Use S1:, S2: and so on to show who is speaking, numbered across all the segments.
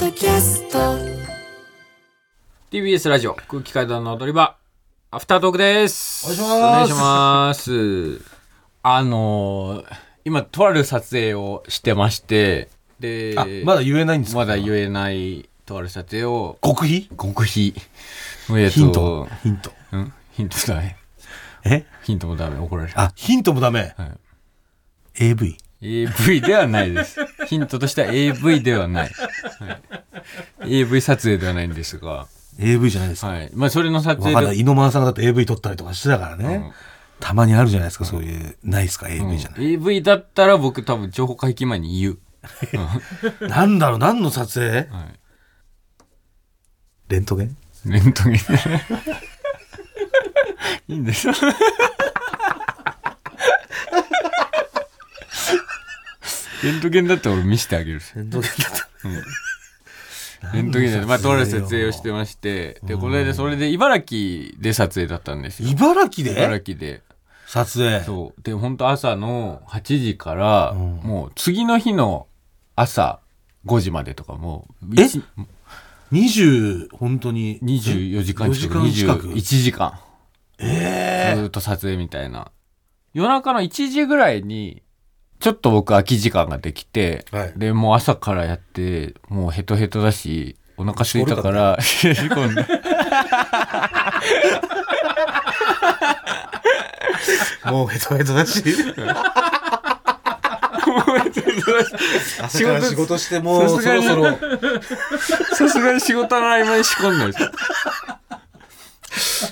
S1: ドキャスト」
S2: TBS ラジオ空気階段の踊り場アフタートークです
S3: お願いします
S2: お願いします
S4: あのー今とある撮影をしてましてで
S3: あまだ言えないんですか
S4: まだ言えないとある撮影を
S3: 極秘
S4: 極秘のやつを
S3: ヒントヒント
S4: うんヒントダメ
S3: え
S4: ヒントもダメ怒られる
S3: あヒントもダメ、
S4: はい
S3: AV
S4: AV ではないですヒントとしては AV ではない、はい、AV 撮影ではないんですが
S3: AV じゃないですか、
S4: はいまあそれの撮
S3: わ
S4: 影
S3: かん
S4: で
S3: ない井ノ丸さんがだって AV 撮ったりとかしてたからね、
S4: ん
S3: たまにあるじゃないですかそういうないですか
S4: うん
S3: AV じゃない、
S4: AV だったら僕多分情報解禁前に言う、
S3: なんだろう何の撮影
S4: は
S3: レントゲン
S4: い、レントゲンいいんですレントゲンだったら俺見せてあげる
S3: レントゲンだった
S4: レントゲンで、まあ、とある撮影をして
S3: す
S4: ましてでこの間それで茨城で撮影だったんですよ
S3: 茨城
S4: 茨
S3: で
S4: 城で
S3: 撮影
S4: そうで本当朝の8時から、
S3: うん
S4: もう次の日の朝5時までとかもう
S3: え
S4: 一
S3: 20本当に
S4: 24時間近く
S3: 24時間近く
S4: 21時間
S3: え
S4: ずーっと撮影みたいな夜中の1時ぐらいにちょっと僕空き時間ができて、
S3: はい
S4: でもう朝からやってもうヘトヘトだしお腹空いたから冷え込んで
S3: えもうヘトヘトだし 朝から仕事しても
S4: さ
S3: うそ
S4: すが
S3: ろ
S4: に
S3: そろ
S4: さすがに仕事の合間に仕込んだんですよ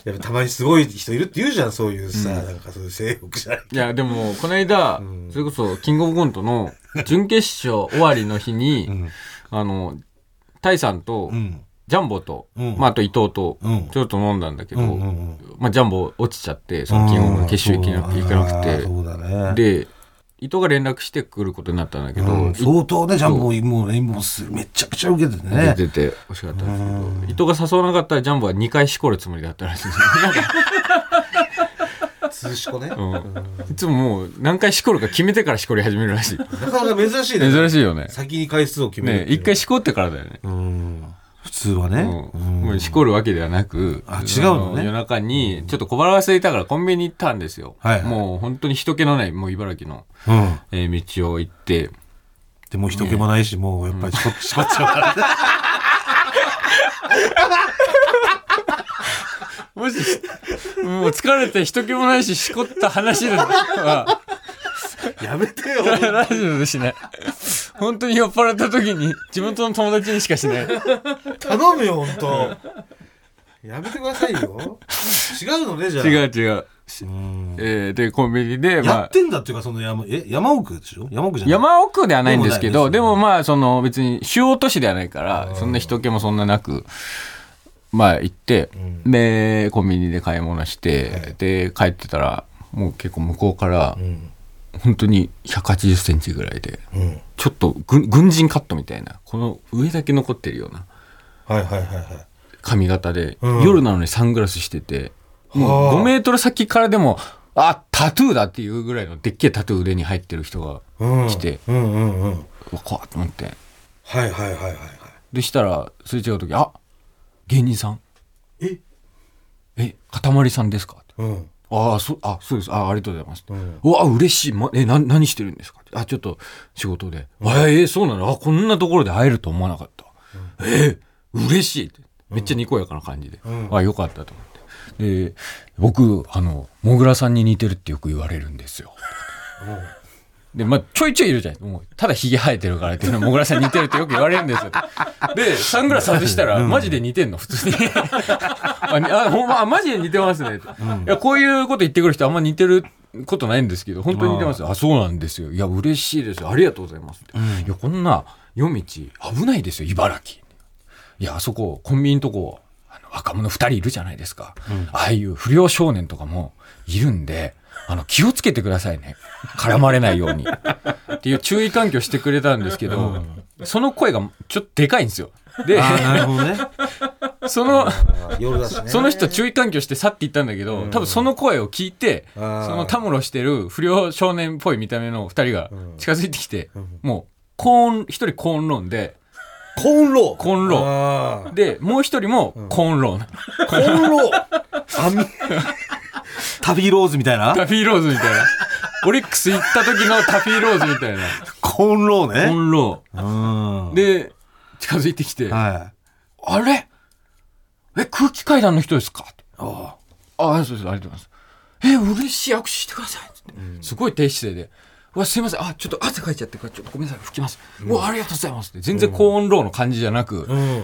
S3: やっぱたまにすごい人いるって言うじゃんそういうさ、なんかそういう性欲じゃない
S4: いやでもこの間、
S3: ん
S4: それこそキングオブコントの準決勝終わりの日に、あのタイさんと、
S3: ん
S4: ジャンボと、
S3: うん
S4: まあ、あと伊藤と、
S3: うん
S4: ちょっと飲んだんだけど、
S3: うんうんうん
S4: まあ、ジャンボ落ちちゃってそのキングオブコント決勝行けな行かなくて
S3: そうだね
S4: で伊藤が連絡してくることになったんだけど、
S3: うん
S4: い
S3: 相当ねジャンボもうねもうすめちゃくちゃ受けててね
S4: 出てて欲しかったんですけど、伊藤が誘わなかったらジャンボは2回しこるつもりだったらしいんですよなんか
S3: 通しこね、
S4: うんいつももう何回しこるか決めてからしこり始めるら しい
S3: なかなか珍しいね
S4: 珍しいよね
S3: 先に回数を決める
S4: ね
S3: っていう
S4: 一回しこってからだよね、
S3: うん普通はね、
S4: う
S3: うんん
S4: もうしこるわけではなく
S3: あ違うのね
S4: あ夜中にちょっと小腹が空いたからコンビニ行ったんですよ、
S3: はいはい
S4: もう本当に人気のないもう茨城の、
S3: うん
S4: えー道を行って
S3: でもう人気もないし、もうやっぱりしこしこっちゃうからね、
S4: もし、もう疲れて人気もないし、しこった話だは、
S3: やめてよ
S4: ラジオでしない。本当に酔っ払った時に、地元の友達にしかしない。
S3: 頼むよ本当やめてくださいよ違うのねじゃあ
S4: 違う違う。
S3: うん
S4: えーで、コンビニで、
S3: や
S4: ま
S3: っ
S4: あ、
S3: てんだっていうかその山え山奥でしょ山奥じゃない
S4: 山奥ではないんですけど、
S3: で
S4: でも
S3: も
S4: まあ、その別に主要都市ではないから、そんな人気もそんななく、まあ行って、で、コンビニで買い物して、で、帰ってたら、もう結構向こうから、本当に180センチぐらいで、
S3: うん
S4: ちょっと軍軍人カットみたいなこの上だけ残ってるような
S3: はいはいはいはい
S4: 髪型で、
S3: うん
S4: 夜なのにサングラスしてても
S3: はあ
S4: う5メートル先からでもあタトゥーだっていうぐらいのでっけえタトゥー腕に入ってる人が
S3: うん
S4: 来て、
S3: うんうんうん
S4: うわ怖っと思って
S3: はいはいはいはいはい
S4: でしたらすれ違う時「あ芸人さん
S3: え
S4: えかたまりさんですか?」って
S3: うん
S4: ああそあそうですあありがとうございます」
S3: ん
S4: うわ嬉しい、ま、えな何してるんですか?」あちょっと仕事で「あえーそうなのあこんなところで会えると思わなかった、えー、嬉しい」ってめっちゃにこやかな感じで「あよかった」と思ってで僕あのもぐらさんに似てるってよく言われるんですよ。で、まあ、ちょいちょいいるじゃないもう、ただヒゲ生えてるからっていうのは、もぐらさんに似てるってよく言われるんですよ。で、サングラス外したら、マジで似てんの普通に。あ、にあほんま、あマジで似てますねって、いや、こういうこと言ってくる人あんま似てることないんですけど、本当に似てますよ。あ、そうなんですよ。いや、嬉しいですよ。ありがとうございますって。いや、こんな夜道危ないですよ、茨城。いや、あそこ、コンビニのとこ、あの若者二人いるじゃないですか。ああいう不良少年とかもいるんで、あの、気をつけてくださいね。絡まれないように。っていう注意喚起をしてくれたんですけど、その声がちょっとでかいんですよ。で、
S3: あー なるほどね
S4: その、
S3: 夜だしね
S4: その人注意喚起をして去っていったんだけど、多分その声を聞いて、そ
S3: あー
S4: のたむろしてる不良少年っぽい見た目の二人が近づいてきて、もう、コーン、一人コーンローンで、
S3: コーンロー。
S4: コンロ
S3: あ
S4: ー。で、もう一人もコンローな。
S3: ーコーンロー。あみ、タビーローズみたい な
S4: タフィーローズみたいな。オリックス行った時のタフィーローズみたいな。
S3: コーンロー
S4: コ
S3: ね。
S4: ンロ
S3: うん
S4: ー。。で、近づいてきて、
S3: はい。
S4: あれえ、空気階段の人ですかってああ。ああ、そうです、ありがとうございます。え、嬉しい、握手してください。つってすごい低姿勢で。うわ、すいません。あ、ちょっと汗かいちゃってるから、ちょっとごめんなさい。拭きます。うわ、ありがとうございます。って全然高音ローの感じじゃなく、
S3: うん。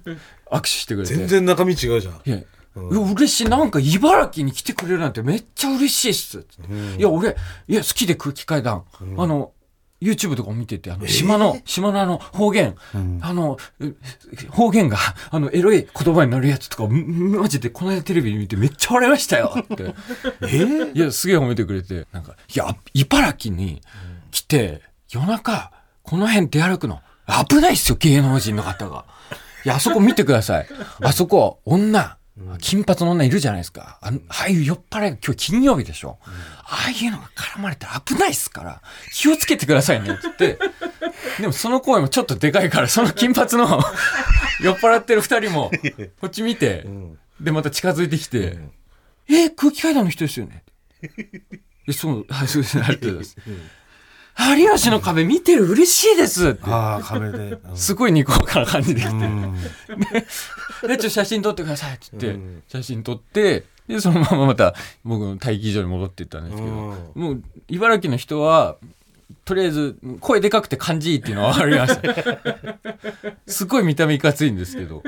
S4: 握手してくれて。
S3: 全然中身違うじゃん。
S4: いや、うわ嬉しい。なんか茨城に来てくれるなんてめっちゃ嬉しいっす。つっていや、俺、いや、好きで空気階段。あの、YouTube とかも見てて、あの、島の、島のあの、方言、あの、う方言が、あの、エロい言葉になるやつとか、んマジでこの間テレビで見てめっちゃ笑いましたよって。
S3: え
S4: いや、すげえ褒めてくれて、なんか、いや、茨城に来て、夜中、この辺出歩くの、危ないっすよ、芸能人の方が。いや、あそこ見てください。 あそこ、女、金髪の女いるじゃないですか。あのああいう酔っ払いが今日金曜日でしょ。ああいうのが絡まれて危ないっすから、気をつけてくださいね、って言って。でもその声もちょっとでかいから、その金髪の 酔っ払ってる二人も、こっち見て、で、また近づいてきて、えー空気階段の人ですよね。 え、そう、はい、そうですね、ありがとうございます。有吉の壁見てる嬉しいですって。
S3: ああ、壁で。うん
S4: すごいにこやかな感じで来て、
S3: うん
S4: で、ちょっと写真撮ってくださいって言って、写真撮って、で、そのまままた僕の待機所に戻っていったんですけど、
S3: う
S4: もう、茨城の人は、とりあえず、声でかくて感じいいっていうのは分かり ました。すごい見た目いかついんですけど。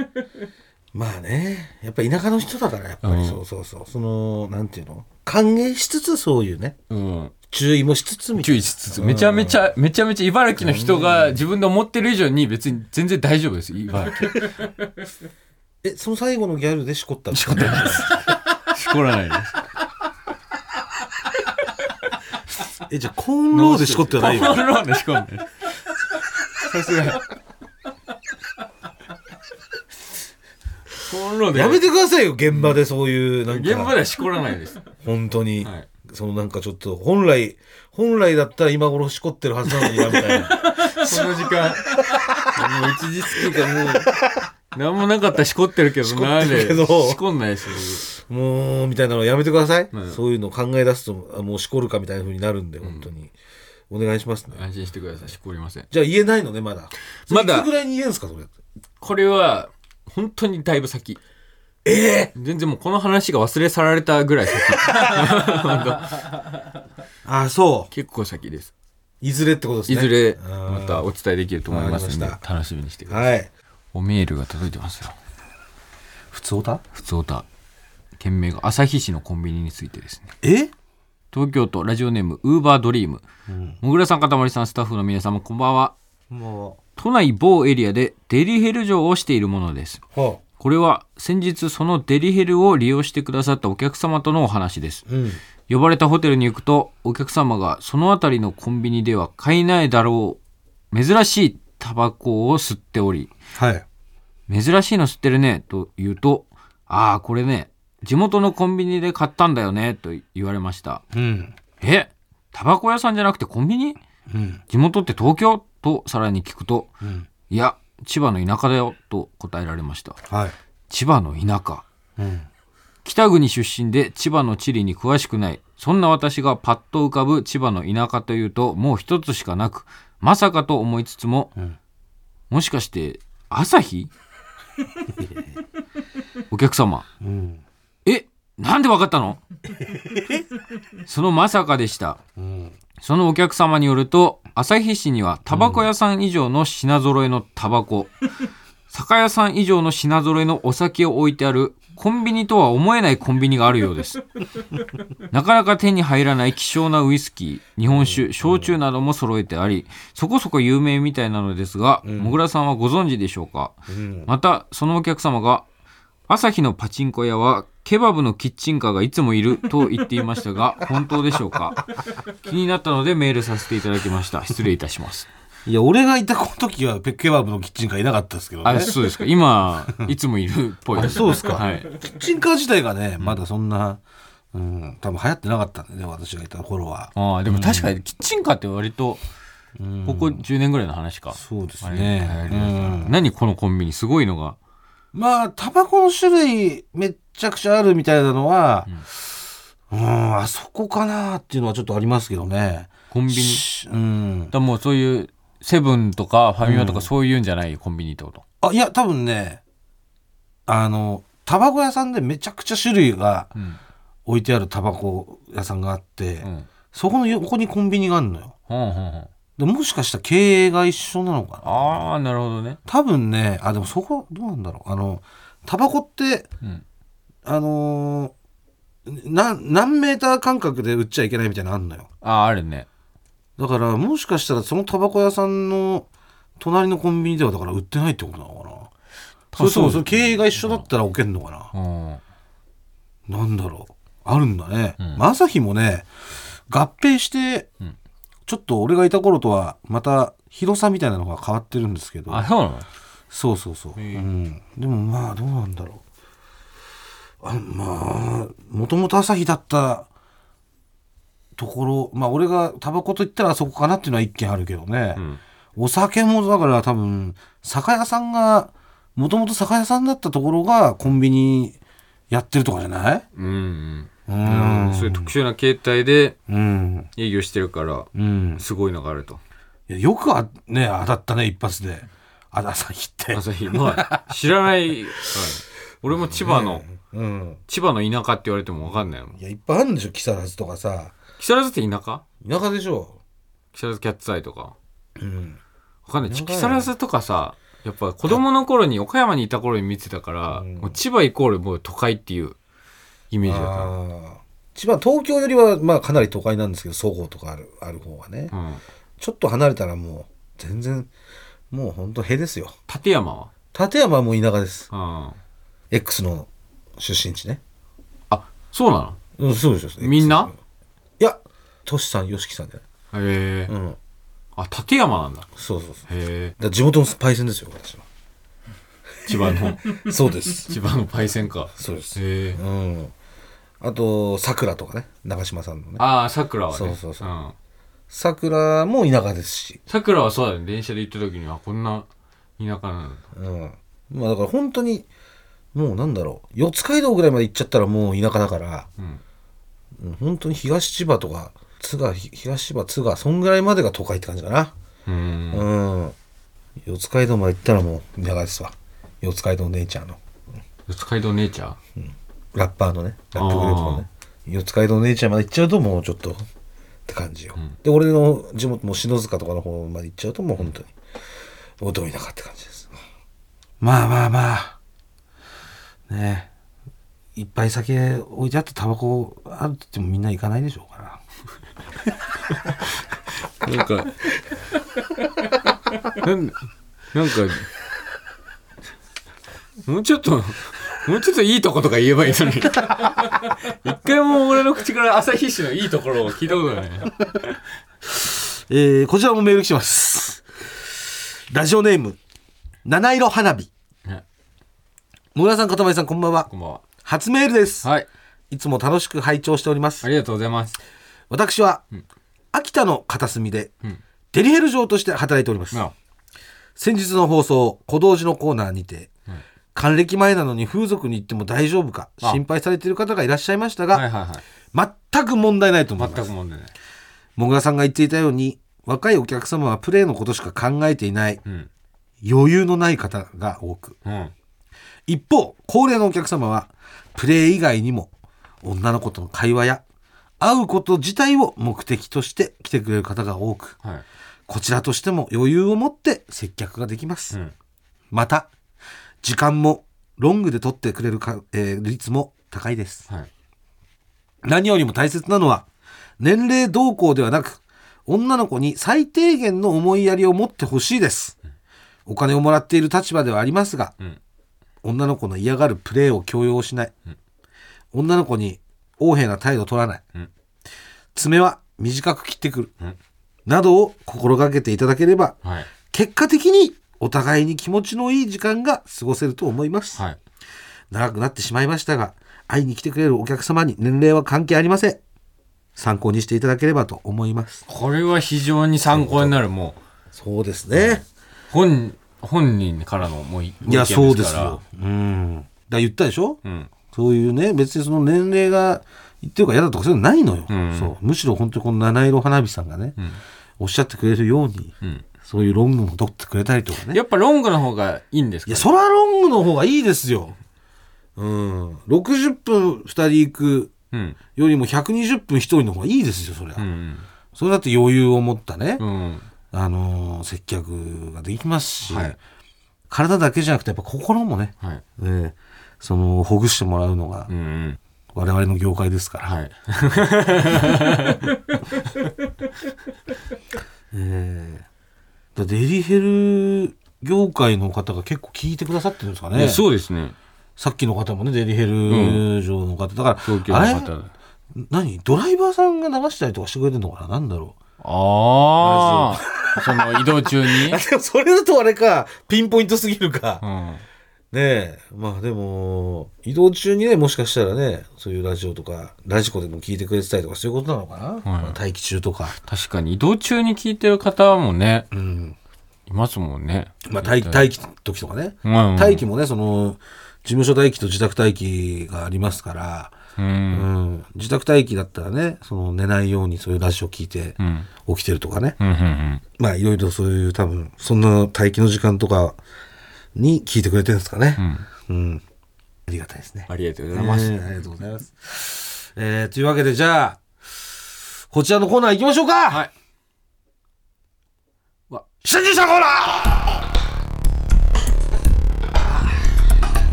S3: まあね。やっぱ田舎の人だから、やっぱ
S4: う
S3: り
S4: ん
S3: そうそうそう。その、なんていうの歓迎しつつ、そういうね。
S4: うん。
S3: 注意もしつつみた
S4: 注
S3: いな
S4: 意しつつ、めちゃめちゃ、めちゃめちゃ茨城の人が自分で思ってる以上に別に全然大丈夫です、茨城。
S3: え、その最後のギャルでしこったの
S4: しこってないです。 しこらないです。
S3: え、じゃあコーンローでしこってはない
S4: コ
S3: よ。
S4: ンロールでしこんない。さすがに。コンロールで。
S3: やめてくださいよ、現場でそういう、なんか。
S4: 現場ではしこらないです。
S3: 本当に、
S4: はい
S3: そのなんかちょっと本来本来だったら今頃しこってるはずなのになみた いな
S4: この時間。もう一時つきがもう。何もなかったらしこってるけどな
S3: しこってるけど
S4: しこんないです
S3: もうみたいなのやめてください、
S4: うん
S3: そういうの考え出すとあもうしこるかみたいな風になるんで本当に、お願いしますね
S4: よ安心してくださいしこりません
S3: じゃあ言えないのねまだ
S4: まだ
S3: いつぐらいに言えんすかそれ
S4: これは本当にだいぶ先
S3: ええ
S4: 全然もうこの話が忘れ去られたぐらい先本当
S3: ああそう
S4: 結構先です
S3: いずれってことです
S4: い
S3: ね
S4: ずれ
S3: あー
S4: またお伝えできると思いますので
S3: わかりま
S4: 楽しみにしてください
S3: はい
S4: おメールが届いてますよ
S3: 普通だ
S4: 普通歌件名が旭市のコンビニについてですね
S3: え
S4: 東京都ラジオネームウーバードリームもぐらさんかたまりさんスタッフの皆様こんばんは
S3: も
S4: 都内某エリアでデリヘル嬢をしているものです
S3: うは
S4: これは先日そのデリヘルを利用してくださったお客様とのお話です
S3: あうん
S4: 呼ばれたホテルに行くとお客様がその辺りのコンビニでは買えないだろう珍しいタバコを吸っており
S3: はい
S4: 珍しいの吸ってるねと言うとああこれね地元のコンビニで買ったんだよねと言われました
S3: うん
S4: えタバコ屋さんじゃなくてコンビニ
S3: うん
S4: 地元って東京とさらに聞くと
S3: うん
S4: いや千葉の田舎だよと答えられました
S3: はい
S4: 千葉の田舎
S3: うん
S4: 北国出身で千葉の地理に詳しくないそんな私がパッと浮かぶ千葉の田舎というともう一つしかなくまさかと思いつつも、
S3: ん
S4: もしかして朝日 お客様
S3: うん
S4: えなんでわかったの そのまさかでした
S3: うん
S4: そのお客様によると旭市にはタバコ屋さん以上の品揃えのタバ コ、酒屋さん以上の品揃えのお酒を置いてあるコンビニとは思えないコンビニがあるようです なかなか手に入らない希少なウイスキー日本酒焼酎なども揃えてありそこそこ有名みたいなのですが、もぐらさんはご存知でしょうか、
S3: うん
S4: またそのお客様が朝日のパチンコ屋はケバブのキッチンカーがいつもいると言っていましたが本当でしょうか気になったのでメールさせていただきま した失礼いたします
S3: いや、俺がいた時は、ペッケバブのキッチンカーいなかったですけどね。
S4: あそうですか今いつもいるっぽい
S3: あそうですか
S4: はい、
S3: キッチンカー自体がね、まだそんな、うん、多分流行ってなかったんでね、私がいた頃は。
S4: ああでも確かにキッチンカーって割と
S5: ここ10年ぐらいの話か。
S3: そうです
S5: あれ
S3: ね
S5: 流行りだから何このコンビニすごいのが。
S3: まあタバコの種類めっちゃくちゃあるみたいなのはうんあそこかなっていうのはちょっとありますけどね
S5: コンビニ。
S3: しうん
S5: だからもうそういうセブンとかファミマとかそういうんじゃないコンビニってこと。
S3: あいや多分ねあのタバコ屋さんでめちゃくちゃ種類が
S5: うん。
S3: 置いてあるタバコ屋さんがあって、
S5: うん。うん
S3: そこの横にコンビニがあるのよ
S5: うんうん。
S3: でもしかしたら経営が一緒なのかな
S5: ああ、なるほどね。
S3: 多分ねあでもそこどうなんだろうあのタバコって
S5: うん。
S3: あのーな何メーター間隔で売っちゃいけないみたいなのあんのよ
S5: ああ、あるね。
S3: だからもしかしたらそのタバコ屋さんの隣のコンビニではだから売ってないってことなのかなそれともその経営が一緒だったら置けんのかな
S5: うん。
S3: なんだろうあるんだね、
S5: ん
S3: まあ朝日もね合併して、
S5: ん
S3: ちょっと俺がいた頃とはまた広さみたいなのが変わってるんですけど
S5: あ、そうなの
S3: そうそうそう、うん、でもまあどうなんだろうあまあもともと朝日だったところまあ俺がタバコと言ったらあそこかなっていうのは一軒あるけどね、
S5: ん
S3: お酒もだから多分酒屋さんがもともと酒屋さんだったところがコンビニやってるとかじゃない
S4: うん
S3: う
S4: うん
S3: ん
S4: そういう特殊な形態で
S3: うん
S4: 営業してるから
S3: うん
S4: すごいのがあると
S3: いやよくあね当たったね一発であ朝日って
S4: 朝日まあ知らない、はい俺も千葉の
S6: うん。
S4: 千葉の田舎って言われても分かんないもん
S6: いや、いっぱいあるんでしょ、木更津とかさ。
S4: 木更津って田舎
S6: 田舎でしょ。
S4: 木更津キャッツアイとか
S6: うん。
S4: 分かんない
S6: 田舎
S4: 木
S6: だよ
S4: 更津とかさやっぱ子供の頃に岡山にいた頃に見てたから、
S6: うん
S4: もう千葉イコールもう都会っていうイメージだっ
S6: ああ。千葉、東京よりは、まあ、かなり都会なんですけど、総合とかある、ある方がね
S4: た、。うん、
S6: ちょっと離れたらもう、全然、もうほんと平ですよ。
S4: 立山
S6: 立山はもう田舎です。
S4: は、うん、
S6: X の出身地ね。
S4: あそうな
S6: う
S4: の
S6: ん、そうでしょ。X
S4: みんない
S6: や、トシさん、ヨシキさんじゃない。
S4: へえ、
S6: うん。
S4: あ立山なんだ
S6: そうそうそう。
S4: へ
S6: だから地元のパイセンですよ、私は。
S4: え千葉の
S6: そうです。
S4: 千葉のパイセンか
S6: そうです。
S4: へえ
S6: うん。あと、桜とかね。長島さんのね。
S4: ああさくらはね
S6: そうそうそうん桜も田舎ですし、
S4: さくらはそうだね電車で行った時にはこんな田舎なの
S6: うん、まあだから本当にもうなんだろう四街道ぐらいまで行っちゃったらもう田舎だから、
S4: うん
S6: うん、本当に東千葉とか津賀ひ東千葉津賀そんぐらいまでが都会って感じかな
S4: うん
S6: うん、四街道まで行ったらもう田舎ですわ四街道姉ちゃんの
S4: 四街道姉ちゃん
S6: ラッパーのねラップグループのね四街道姉ちゃんまで行っちゃうともうちょっとって感じよ、で俺の地元も篠塚とかの方まで行っちゃうともう本当におどいなかって感じです
S3: まあまあまあ。ねえ。いっぱい酒置いてあってタバコあるって言ってもみんな行かないでしょうから。
S4: なんかなんなんかもうちょっともうちょっといいとことか言えばいいのに一回も俺の口から朝日市のいいところを聞いたことない
S3: えー、こちらもメール来てます。ラジオネーム、七色花火
S4: ね。
S3: 野村さん、かたまりさん、こんばんは
S4: こ。んばんは
S3: 初メールです。
S4: はい
S3: いつも楽しく拝聴しております
S4: あ。りがとうございます
S3: 私は、秋田の片隅で、
S4: ん
S3: デリヘル嬢として働いております。
S4: な
S3: 先日の放送小道寺のコーナーにて、還暦前なのに風俗に行っても大丈夫か
S4: あ
S3: 心配されている方がいらっしゃいました
S4: あはい
S3: が、
S4: はいはい
S3: 全く問題ないと思いま
S4: 全く
S3: す
S4: 問題ない
S3: もぐらさんが言っていたように若いお客様はプレーのことしか考えていない
S4: うん
S3: 余裕のない方が多く
S4: うん
S3: 一方高齢のお客様はプレー以外にも女の子との会話や会うこと自体を目的として来てくれる方が多く
S4: はい
S3: こちらとしても余裕を持って接客ができます、
S4: うん
S3: また時間もロングで取ってくれるか、えー率も高いです
S4: はい
S3: 何よりも大切なのは年齢同行ではなく女の子に最低限の思いやりを持ってほしいですお金をもらっている立場ではありますが、
S4: ん
S3: 女の子の嫌がるプレーを強要しない、女の子に横柄な態度を取らない、
S4: ん
S3: 爪は短く切ってくる、
S4: ん
S3: などを心がけていただければ
S4: はい
S3: 結果的にお互いに気持ちのいい時間が過ごせると思います、
S4: はい
S3: 長くなってしまいましたが会いに来てくれるお客様に年齢は関係ありません参考にしていただければと思います。
S4: これは非常に参考になるも
S7: そうですね。
S4: う本本人からのもうい
S3: い
S4: ご意
S3: や、
S4: 見
S3: そう
S4: か
S3: で
S4: ら
S3: すよ。うん。だから言ったでしょ、
S4: うん
S3: そういうね、別にその年齢が言ってるから嫌だとかそういうのないのよ。
S4: ん
S3: そうむしろ本当にこの七色花火さんがね、おっしゃってくれるように、
S4: ん
S3: そういう論文を取ってくれたりとかね。
S4: やっぱロングの方がいいんです
S3: い
S4: か
S3: や、ソラロングの方がいいですよ。うん。60分2人行く
S4: うん
S3: よりも120分1人の方がいいですよ、そりゃ。
S4: うん
S3: それだって余裕を持ったね、
S4: うん
S3: あのー接客ができますし、
S4: はい
S3: 体だけじゃなくてやっぱ心もね、
S4: はい
S3: えーそのほぐしてもらうのが
S4: うんうん
S3: 我々の業界ですから、
S4: はい
S3: えーだデリヘル業界の方が結構聞いてくださってるんですか
S4: い
S3: ね
S4: やそうですね
S3: さっきの方もねデリヘル上の方、だから
S4: 東京
S3: あれ
S4: の方
S3: 何ドライバーさんが流したりとかしてくれてるのかななんだろ
S4: ああその移動中 に
S7: あ、でもそれだとあれか、ピンポイントすぎるか。
S4: うん
S7: ねえ、まあでも、移動中にね、もしかしたらね、そういうラジオとか、ラジコでも聞いてくれてたりとか、そういうことなのかな、まあ待機中とか。
S4: 確かに移動中に聞いてる方もね
S3: う、うん
S4: いますもんね
S3: まあ、待待機の時とかね、
S4: うんうん
S3: 待機もねその事務所待機と自宅待機がありますから、
S4: うん
S3: うん、自宅待機だったらねその寝ないようにそういうラジオ聞いて
S4: うん
S3: 起きてるとかね、
S4: うんうん
S3: まあいろいろそういう多分そんな待機の時間とかに聞いてくれてるんですかね
S4: う、ん
S3: うんありがたいですね、
S1: ありがとうご
S3: え
S1: ざいます。
S3: ーありがとうございます、えーというわけでじゃあこちらのコーナー行きましょうか
S4: はい
S3: わ新人賞コーナー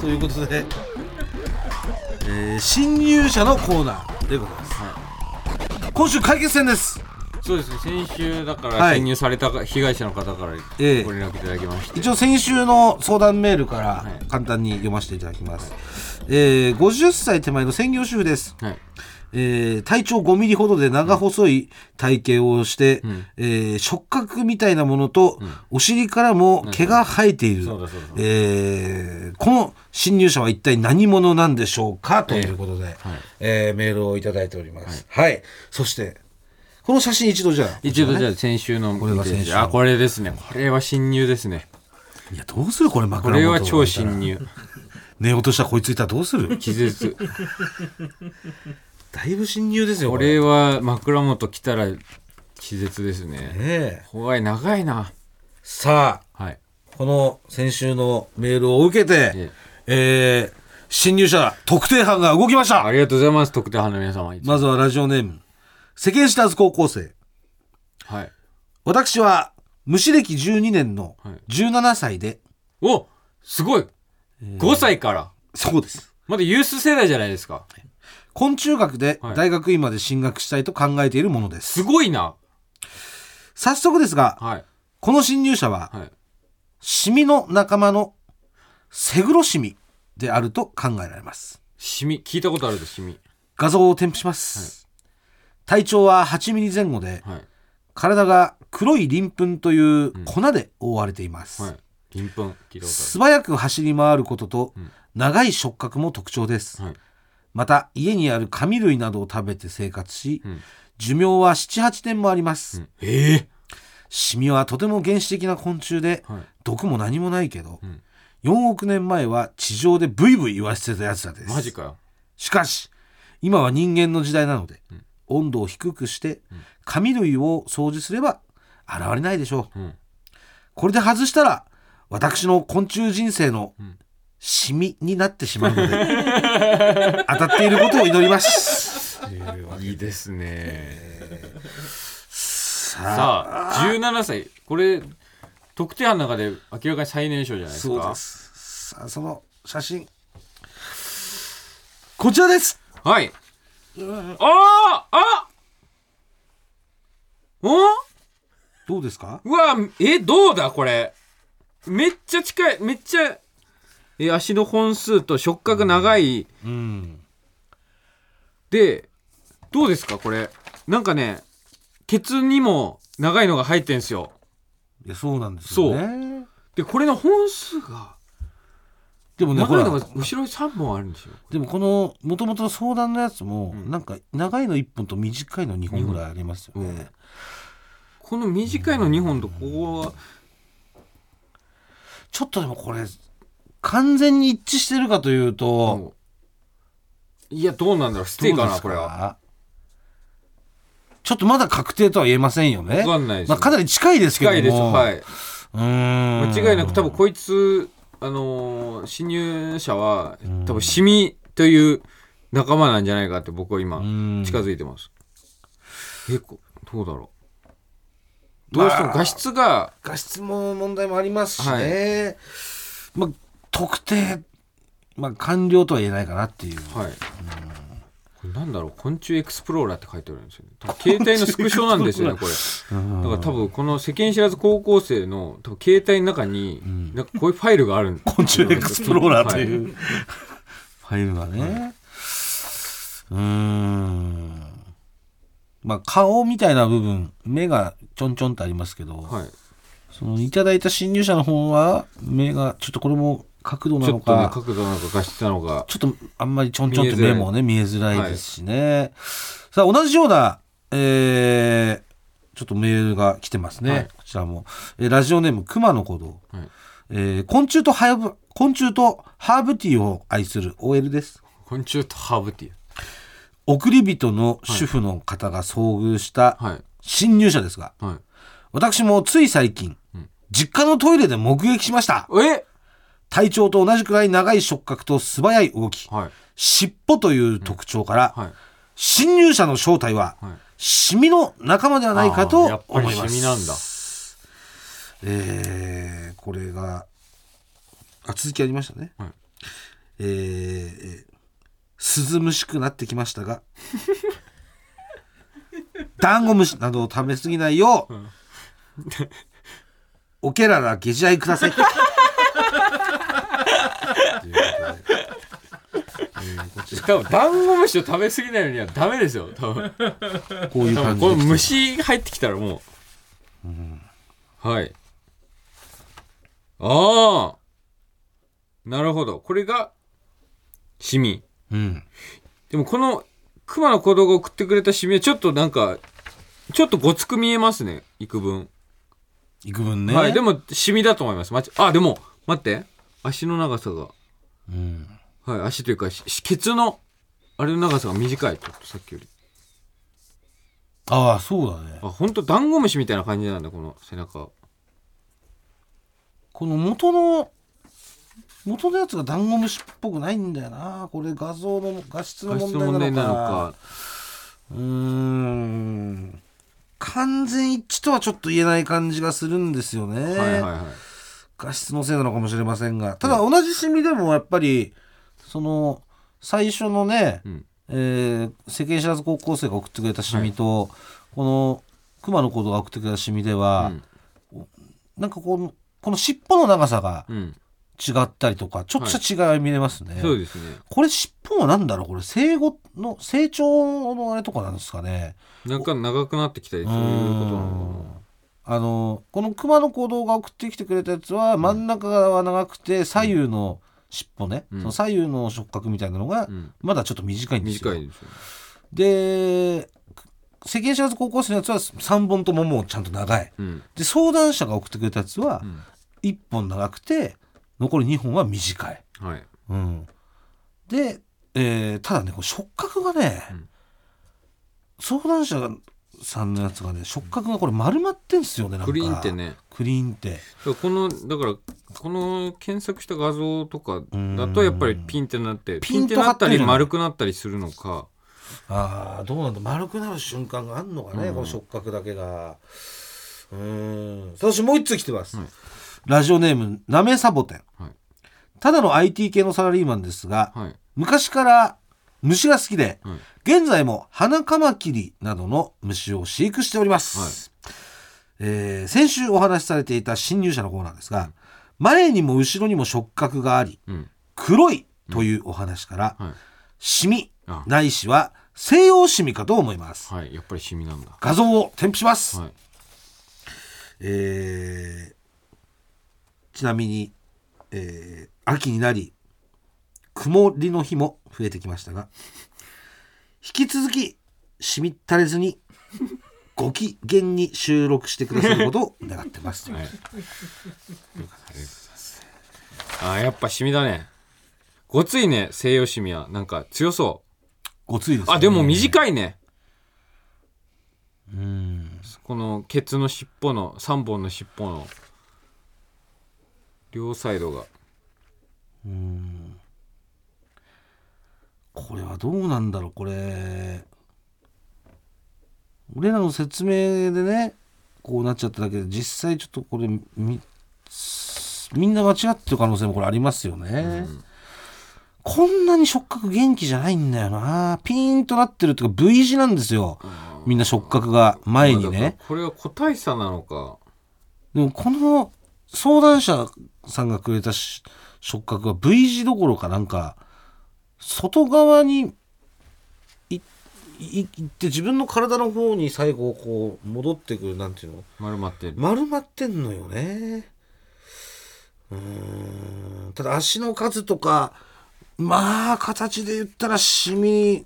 S3: ということで、えー新入社のコーナーでございます、今週解決戦です
S4: そうですね先週だか
S3: は
S4: ら
S3: い
S4: 潜入されたか被害者の方からご
S3: え
S4: 連
S3: え
S4: 絡いただきまして、
S3: 一応先週の相談メールから
S4: い
S3: 簡単に読ませていただきます、えー50歳手前の専業主婦です、
S4: はい
S3: えー体長5ミリほどで長細い体型をして、
S4: ん
S3: えー触覚みたいなものと、お尻からも毛が生えている、
S4: そうだそうだそうだ
S3: えーこの侵入者は一体何者なんでしょうかということで、
S7: えーメールをいただいております。
S3: はい、そしてこの写真一度じゃあ
S4: 一度じゃ
S3: あ
S4: あ先週の
S3: これが先週の
S4: あこれですねこれは侵入ですね
S3: いやどうするこれ
S4: こ
S3: 枕
S4: れ
S3: 元
S4: は超
S3: 置いたら
S4: 侵入
S3: 寝落としたこいついたらどうする
S4: 傷 つく
S3: だいぶ侵入ですよ
S4: これは枕元来たら気絶ですね
S7: ねえ
S4: 怖い長いな
S7: さあ、
S4: はい
S7: この先週のメールを受けて、
S4: え
S3: えー侵入者特定班が動きまし
S4: あ
S3: た
S4: りがとうございます特定班の皆様いつも
S3: まずはラジオネーム世間知らず高校生
S4: はい
S3: 私は虫歴12年の
S4: はい
S3: 17歳で、
S4: おすごい5歳から
S3: そうです
S4: まだユース世代じゃないですか
S3: 昆虫学で
S4: はい
S3: 大学院まで進学したいと考えているものです、
S4: すごいな
S3: 早速ですが
S4: はい
S3: この侵入者は
S4: はい
S3: シミの仲間のセグロシミであると考えられます
S4: シミ聞いたことあるでシミ
S3: 画像を添付します、体長は8ミリ前後で、
S4: はい
S3: 体が黒い鱗粉という粉で覆われています、
S4: はい銀粉聞いたこ
S3: 素早く走り回ることと
S4: ん
S3: 長い触覚も特徴です、
S4: とあるはい
S3: また家にある紙類などを食べて生活し、
S4: ん
S3: 寿命は78年もありま
S4: う
S3: す、
S4: んええ
S3: シミはとても原始的な昆虫で、
S4: はい
S3: 毒も何もないけど、
S4: ん
S3: 4億年前は地上でブイブイ言わせてたやつらです
S4: マジかよ
S3: しかし今は人間の時代なので、温度を低くして紙類を掃除すれば現れないでしょう、
S4: うん
S3: これで外したら私の昆虫人生のシミになってしまうので、 当たっていることを祈ります
S4: いいですね
S3: さあ
S4: さあ17歳これ特定班の中で明らかに最年少じゃないですか
S3: そうですさあその写真こちらです
S4: はい。あああお
S3: どうですか
S4: うわ、え、どうだこれ。めっちゃ近い、めっちゃ、え、足の本数と触覚長い、
S3: うん
S4: で、どうですかこれなんかねケツにも長いのが入ってんすよ
S3: いやそうなんですよね
S4: でこれの本数が
S3: でもねほ
S4: 長い
S3: ら
S4: のが後ろに3本あるんですよ
S3: でもこのもともとの相談のやつも、
S4: うん
S3: なんか長いの1本と短いの2本ぐらいありますよね、
S4: うんこの短いの2本とここは
S3: ちょっとでもこれ完全に一致してるかというと、
S4: もういやどうなんだろうステーかなこれは
S3: はちょっとまだ確定とは言えませんよね
S4: 分かんないです、
S3: まあ、かなり近いですけど
S4: 近い
S3: も
S4: ですはい
S3: うーん
S4: 間違いなく多分こいつあのー侵入者は多分シミという仲間なんじゃないかって僕は今
S3: ん
S4: 近づいてます、えこどうだろうどうしても画質が
S3: 画質も問題もありますしね、まあ、特定、まあ、完了とは言えないかなっていう
S4: はいこれなんだろう昆虫エクスプローラーって書いてあるんですよね多分携帯のスクショなんですよねこれだから多分この世間知らず高校生の多分携帯の中になんかこういうファイルがあるん
S3: 昆虫エクスプローラーと
S4: はい
S3: いう、ファイルがね、うーんまあ顔みたいな部分目がちょんちょんとありますけど、
S4: はい
S3: そのいただいた侵入者の方は目がちょっとこれも角度な
S4: ちょ
S3: の
S4: っとね
S3: か
S4: 角度なのか画質なのか
S3: ちょっとあんまりちょんちょんと目もね見えづら
S4: い
S3: いですしね、さあ同じようなえーちょっとメールが来てますね、
S4: はい
S3: こちらも、えーラジオネーム熊野古道、
S4: はい
S3: えー昆虫とハーブ昆虫とハーブティーを愛する OL です
S4: 昆虫とハーブティー
S3: 送り人の主婦の方が遭遇した
S4: はい
S3: 侵入者ですが、
S4: は
S3: 私もつい最近、実家のトイレで目撃しました。
S4: いえ
S3: 体長と同じくらい長い触覚と素早い動き、
S4: はい
S3: 尻尾という特徴から、
S4: はい
S3: 侵入者の正体は、
S4: はい
S3: シミの仲間ではないか
S4: あーやっぱ
S3: と
S4: り
S3: 思います。
S4: シミなんだ
S3: えーこれが、あ、続きありましたね。
S4: はい
S3: えー涼むしくなってきまし たが、ダンゴムシなどを食べ過ぎないよう、おけらら下地合いく ださい。
S4: しかもダンゴムシを食べ過ぎないのにはダメですよ多分
S3: こういう
S4: 多分
S3: 感じ
S4: この
S3: で来て
S4: 虫入ってきたらもう、はいああなるほどこれがシミ
S3: うん。
S4: でもこの熊の子動が送ってくれたシミはちょっとなんかちょっとごつく見えますね幾分
S3: 幾分ね。
S4: はいでもシミだと思いますまちあでも待って足の長さが
S3: うん
S4: はい、足というか、ししケツの、あれの長さが短い、ちょっとさっきより。
S3: ああ、そうだね。
S4: あ、ほんとダンゴムシみたいな感じなんだ、この背中。
S3: この元の、元のやつがダンゴムシっぽくないんだよな。これ画像の、画質の
S4: 画質
S3: 問
S4: の問
S3: 題な
S4: 題な
S3: のか
S4: の。か。
S3: うーん。完全一致とはちょっと言えない感じがするんですよね。
S4: はいはいはい。
S3: 画質のせいなのかもしれませんが。ただ同じシミでもやっぱり、その、最初のね、
S4: うん。
S3: えー世間知らず高校生が送ってくれたシミと、この熊野古道が送ってくれたシミで
S4: う
S3: は、
S4: ん。
S3: なんかこの、この尻尾の長さが
S4: うん。
S3: 違ったりとか、ちょっとした違いが見れますね。
S4: そうですね。
S3: これ尻尾はなんだろうこれ生後の、成長のあれとかなんですかね。
S4: なんか長くなってきたり、そういうことなの
S3: あの、この熊の行動が送ってきてくれたやつは、真ん中側は長くて、左右の尻尾ね、
S4: うん
S3: その左右の触覚みたいなのが
S4: かな。う、ん。
S3: まだちょっと短いんですよ。
S4: 短いですよね。
S3: で、世間知らず高校生のやつは3本とももうちゃんと長い。
S4: うん。
S3: で、相談者が送ってくれたやつは
S4: う、ん。
S3: 1本長くて、残り2本は短い。
S4: はい。
S3: うん、で、えーただねこう触覚がね、
S4: うん
S3: 相談者さんのやつがね触覚がこれ丸まってんすよねなんか
S4: クリーンってね。
S3: クリーンって
S4: だからこの、だから、この検索した画像とかだと、やっぱりピンってなって、ピ
S3: ピ
S4: ンっ
S3: ン
S4: て
S3: と張
S4: なっ
S3: って
S4: た
S3: る
S4: り丸くなったりするのか。
S3: ああどうなんだ丸くなる瞬間があんのかね、
S4: うん
S3: この触覚だけがうーんそしてもう一通来てます、
S4: はい
S3: ラジオネームなめサボテン、
S4: はい
S3: ただの IT 系のサラリーマンですが、
S4: はい。
S3: 昔から虫が好きで、
S4: はい
S3: 現在もハナカマキリなどの虫を飼育しております、えー先週お話しされていた侵入者の方なんですが、前にも後ろにも触覚があり
S4: うん。
S3: 黒いというお話から、
S4: はい。
S3: シミ
S4: あ
S3: ないしは西洋シミかと思います
S4: はい、やっぱりシミなんだ。
S3: 画像を添付します、
S4: はい。
S3: えーちなみに、えー秋になり曇りの日も増えてきましたが引き続きしみったれずにご機嫌に収録してくださることを願ってます、
S4: はい。あーやっぱシミだね。ごついね、西洋シミは。なんか強そ
S3: ごついで す、
S4: う。あ、でも短いね。このケツの尻尾の、3本の尻尾の、両サイドが。
S3: これはどうなんだろうこれ俺らの説明でねこうなっちゃっただけで実際ちょっとこれみみんな間違ってる可能性もこれありますよね、こんなに触覚元気じゃないんだよなピーンとなってるっていうか V 字なんですよみんな触覚が前に
S4: まあだ
S3: ね
S4: からこれは個体差なのか。
S3: でもこの相談者さんがくれたし触覚は V 字どころかなんか外側にいいいって自分の体の方に最後こう戻ってくるなんていうの
S4: 丸まってる。
S3: 丸まってんのよねうーんただ足の数とかまあ形で言ったらシミ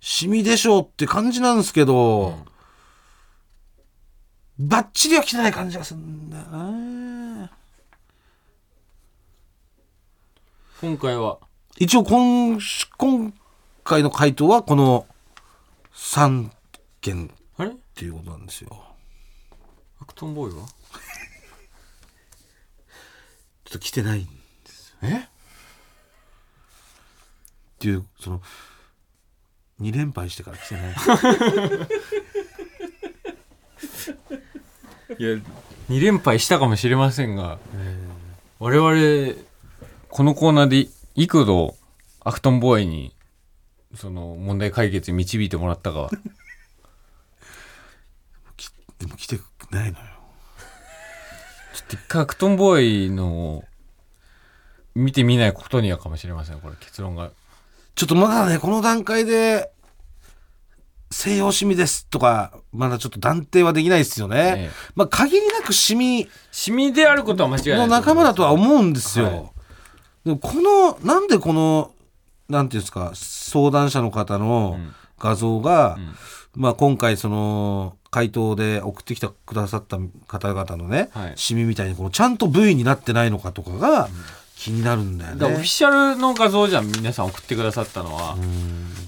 S3: シミでしょうって感じなんですけど、バッチリは来てない感じがするんだよな
S4: 今回は、
S3: 一応今今回の回答はこの3件っ
S4: あれ
S3: ていうことなんですよ
S4: アクトンボーイは
S3: ちょっと来てないんですよね。っていうその2連敗してから来て ない
S4: いや、2連敗したかもしれませんが、我々、このコーナーで幾度、アクトンボーイに、その問題解決に導いてもらったか、
S3: でも来てないのよ
S4: ちょっと一回アクトンボーイの、見てみないことにはかもしれません、これ結論が。
S3: ちょっとまだねこの段階で西洋シミですとかまだちょっと断定はできないですよね、
S4: ええ
S3: まあ限りなくシミ
S4: シミであることは間違いない
S3: の仲間だとは思うんですよ、
S4: はい
S3: でもこのなんでこのなんていうんですか相談者の方の
S4: うん
S3: 画像が、
S4: ん
S3: まあ、今回その回答で送ってきたくださった方々のね、
S4: はい
S3: シミみたいにこのちゃんと V になってないのかとかが気になるんだよ
S4: だからオフ
S3: ね
S4: ィ。シャルの画像じゃん、皆さん送ってくださったのは。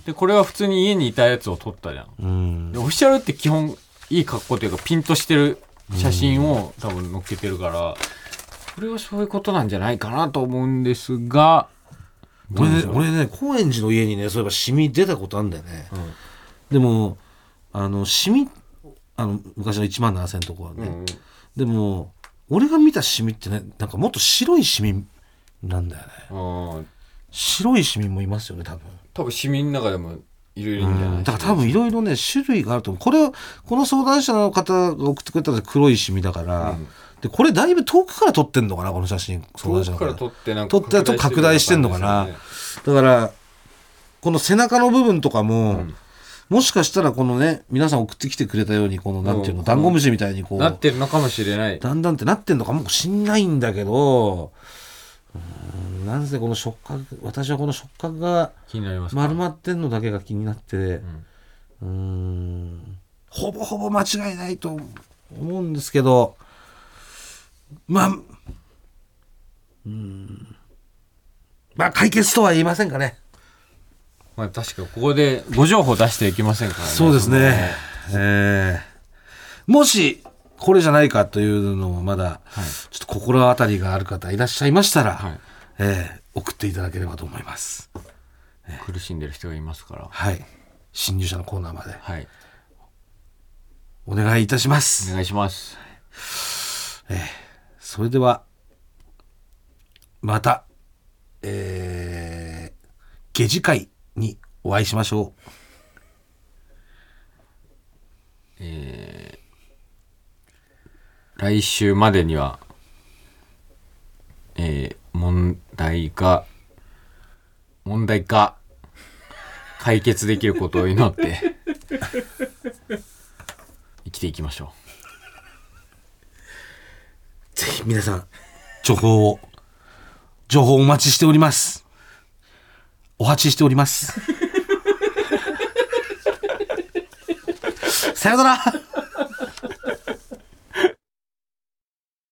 S4: で、これは普通に家にいたやつを撮ったじゃん。
S3: うん
S4: でオフィシャルって基本いい格好というかピンとしてる写真を多分載っけてるから、これはそういうことなんじゃないかなと思うんですが、
S3: 俺ね俺ね高円寺の家にねそういえばシミ出たことあんだよね、でもあのシミあの昔の1万7000のとこはね、でも俺が見たシミってねなんかもっと白いシミなんだよね
S4: うん、
S3: 白いシミもいますよね多分
S4: 多分市民の中でもいろいろいるんじゃない
S3: だから多分いろいろね種類があると思うこれをこの相談者の方が送ってくれたのは黒いシミだから、でこれだいぶ遠くから撮ってんのかなこの写真相
S4: 遠
S3: 談
S4: く
S3: 者の
S4: か
S3: 方
S4: ら撮ってなん
S3: 撮
S4: か
S3: ってと拡大してんのかな、
S4: 拡大してるよう感じですよね
S3: だからこの背中の部分とかも、
S4: ん
S3: もしかしたらこのね皆さん送ってきてくれたようにこのなんていうの、
S4: うん
S3: ダンゴムシみたいにこう、
S4: なってるのかもしれない。
S3: だんだんってなってんのかもしんないんだけどうーんなんせこの触覚私はこの触覚が
S4: 気になりますか
S3: 丸まってんのだけが気になってうーんほぼほぼ間違いないと思うんですけどまあうーんまあ解決とは言いませんかね
S4: まあ確かここでご情報出していきませんからね。
S3: そうですね。えーもし、これじゃないかというのをまだ、ちょっと心当たりがある方いらっしゃいましたら、
S4: はい
S3: えー送っていただければと思います。
S4: その。苦しんでる人がいますから。
S3: はい。新入社のコーナーまで
S4: はい。
S3: お願いいたしま
S4: お
S3: す。
S4: 願いします。
S3: それでは、また、えー、下次会にお会いしましょう。
S4: 来週までには、えー問題が、問題が、解決できることを祈 って、生きていきましょ
S3: ぜひ皆さん、情報を、情報お待ちしております。お待ちしております。さよなら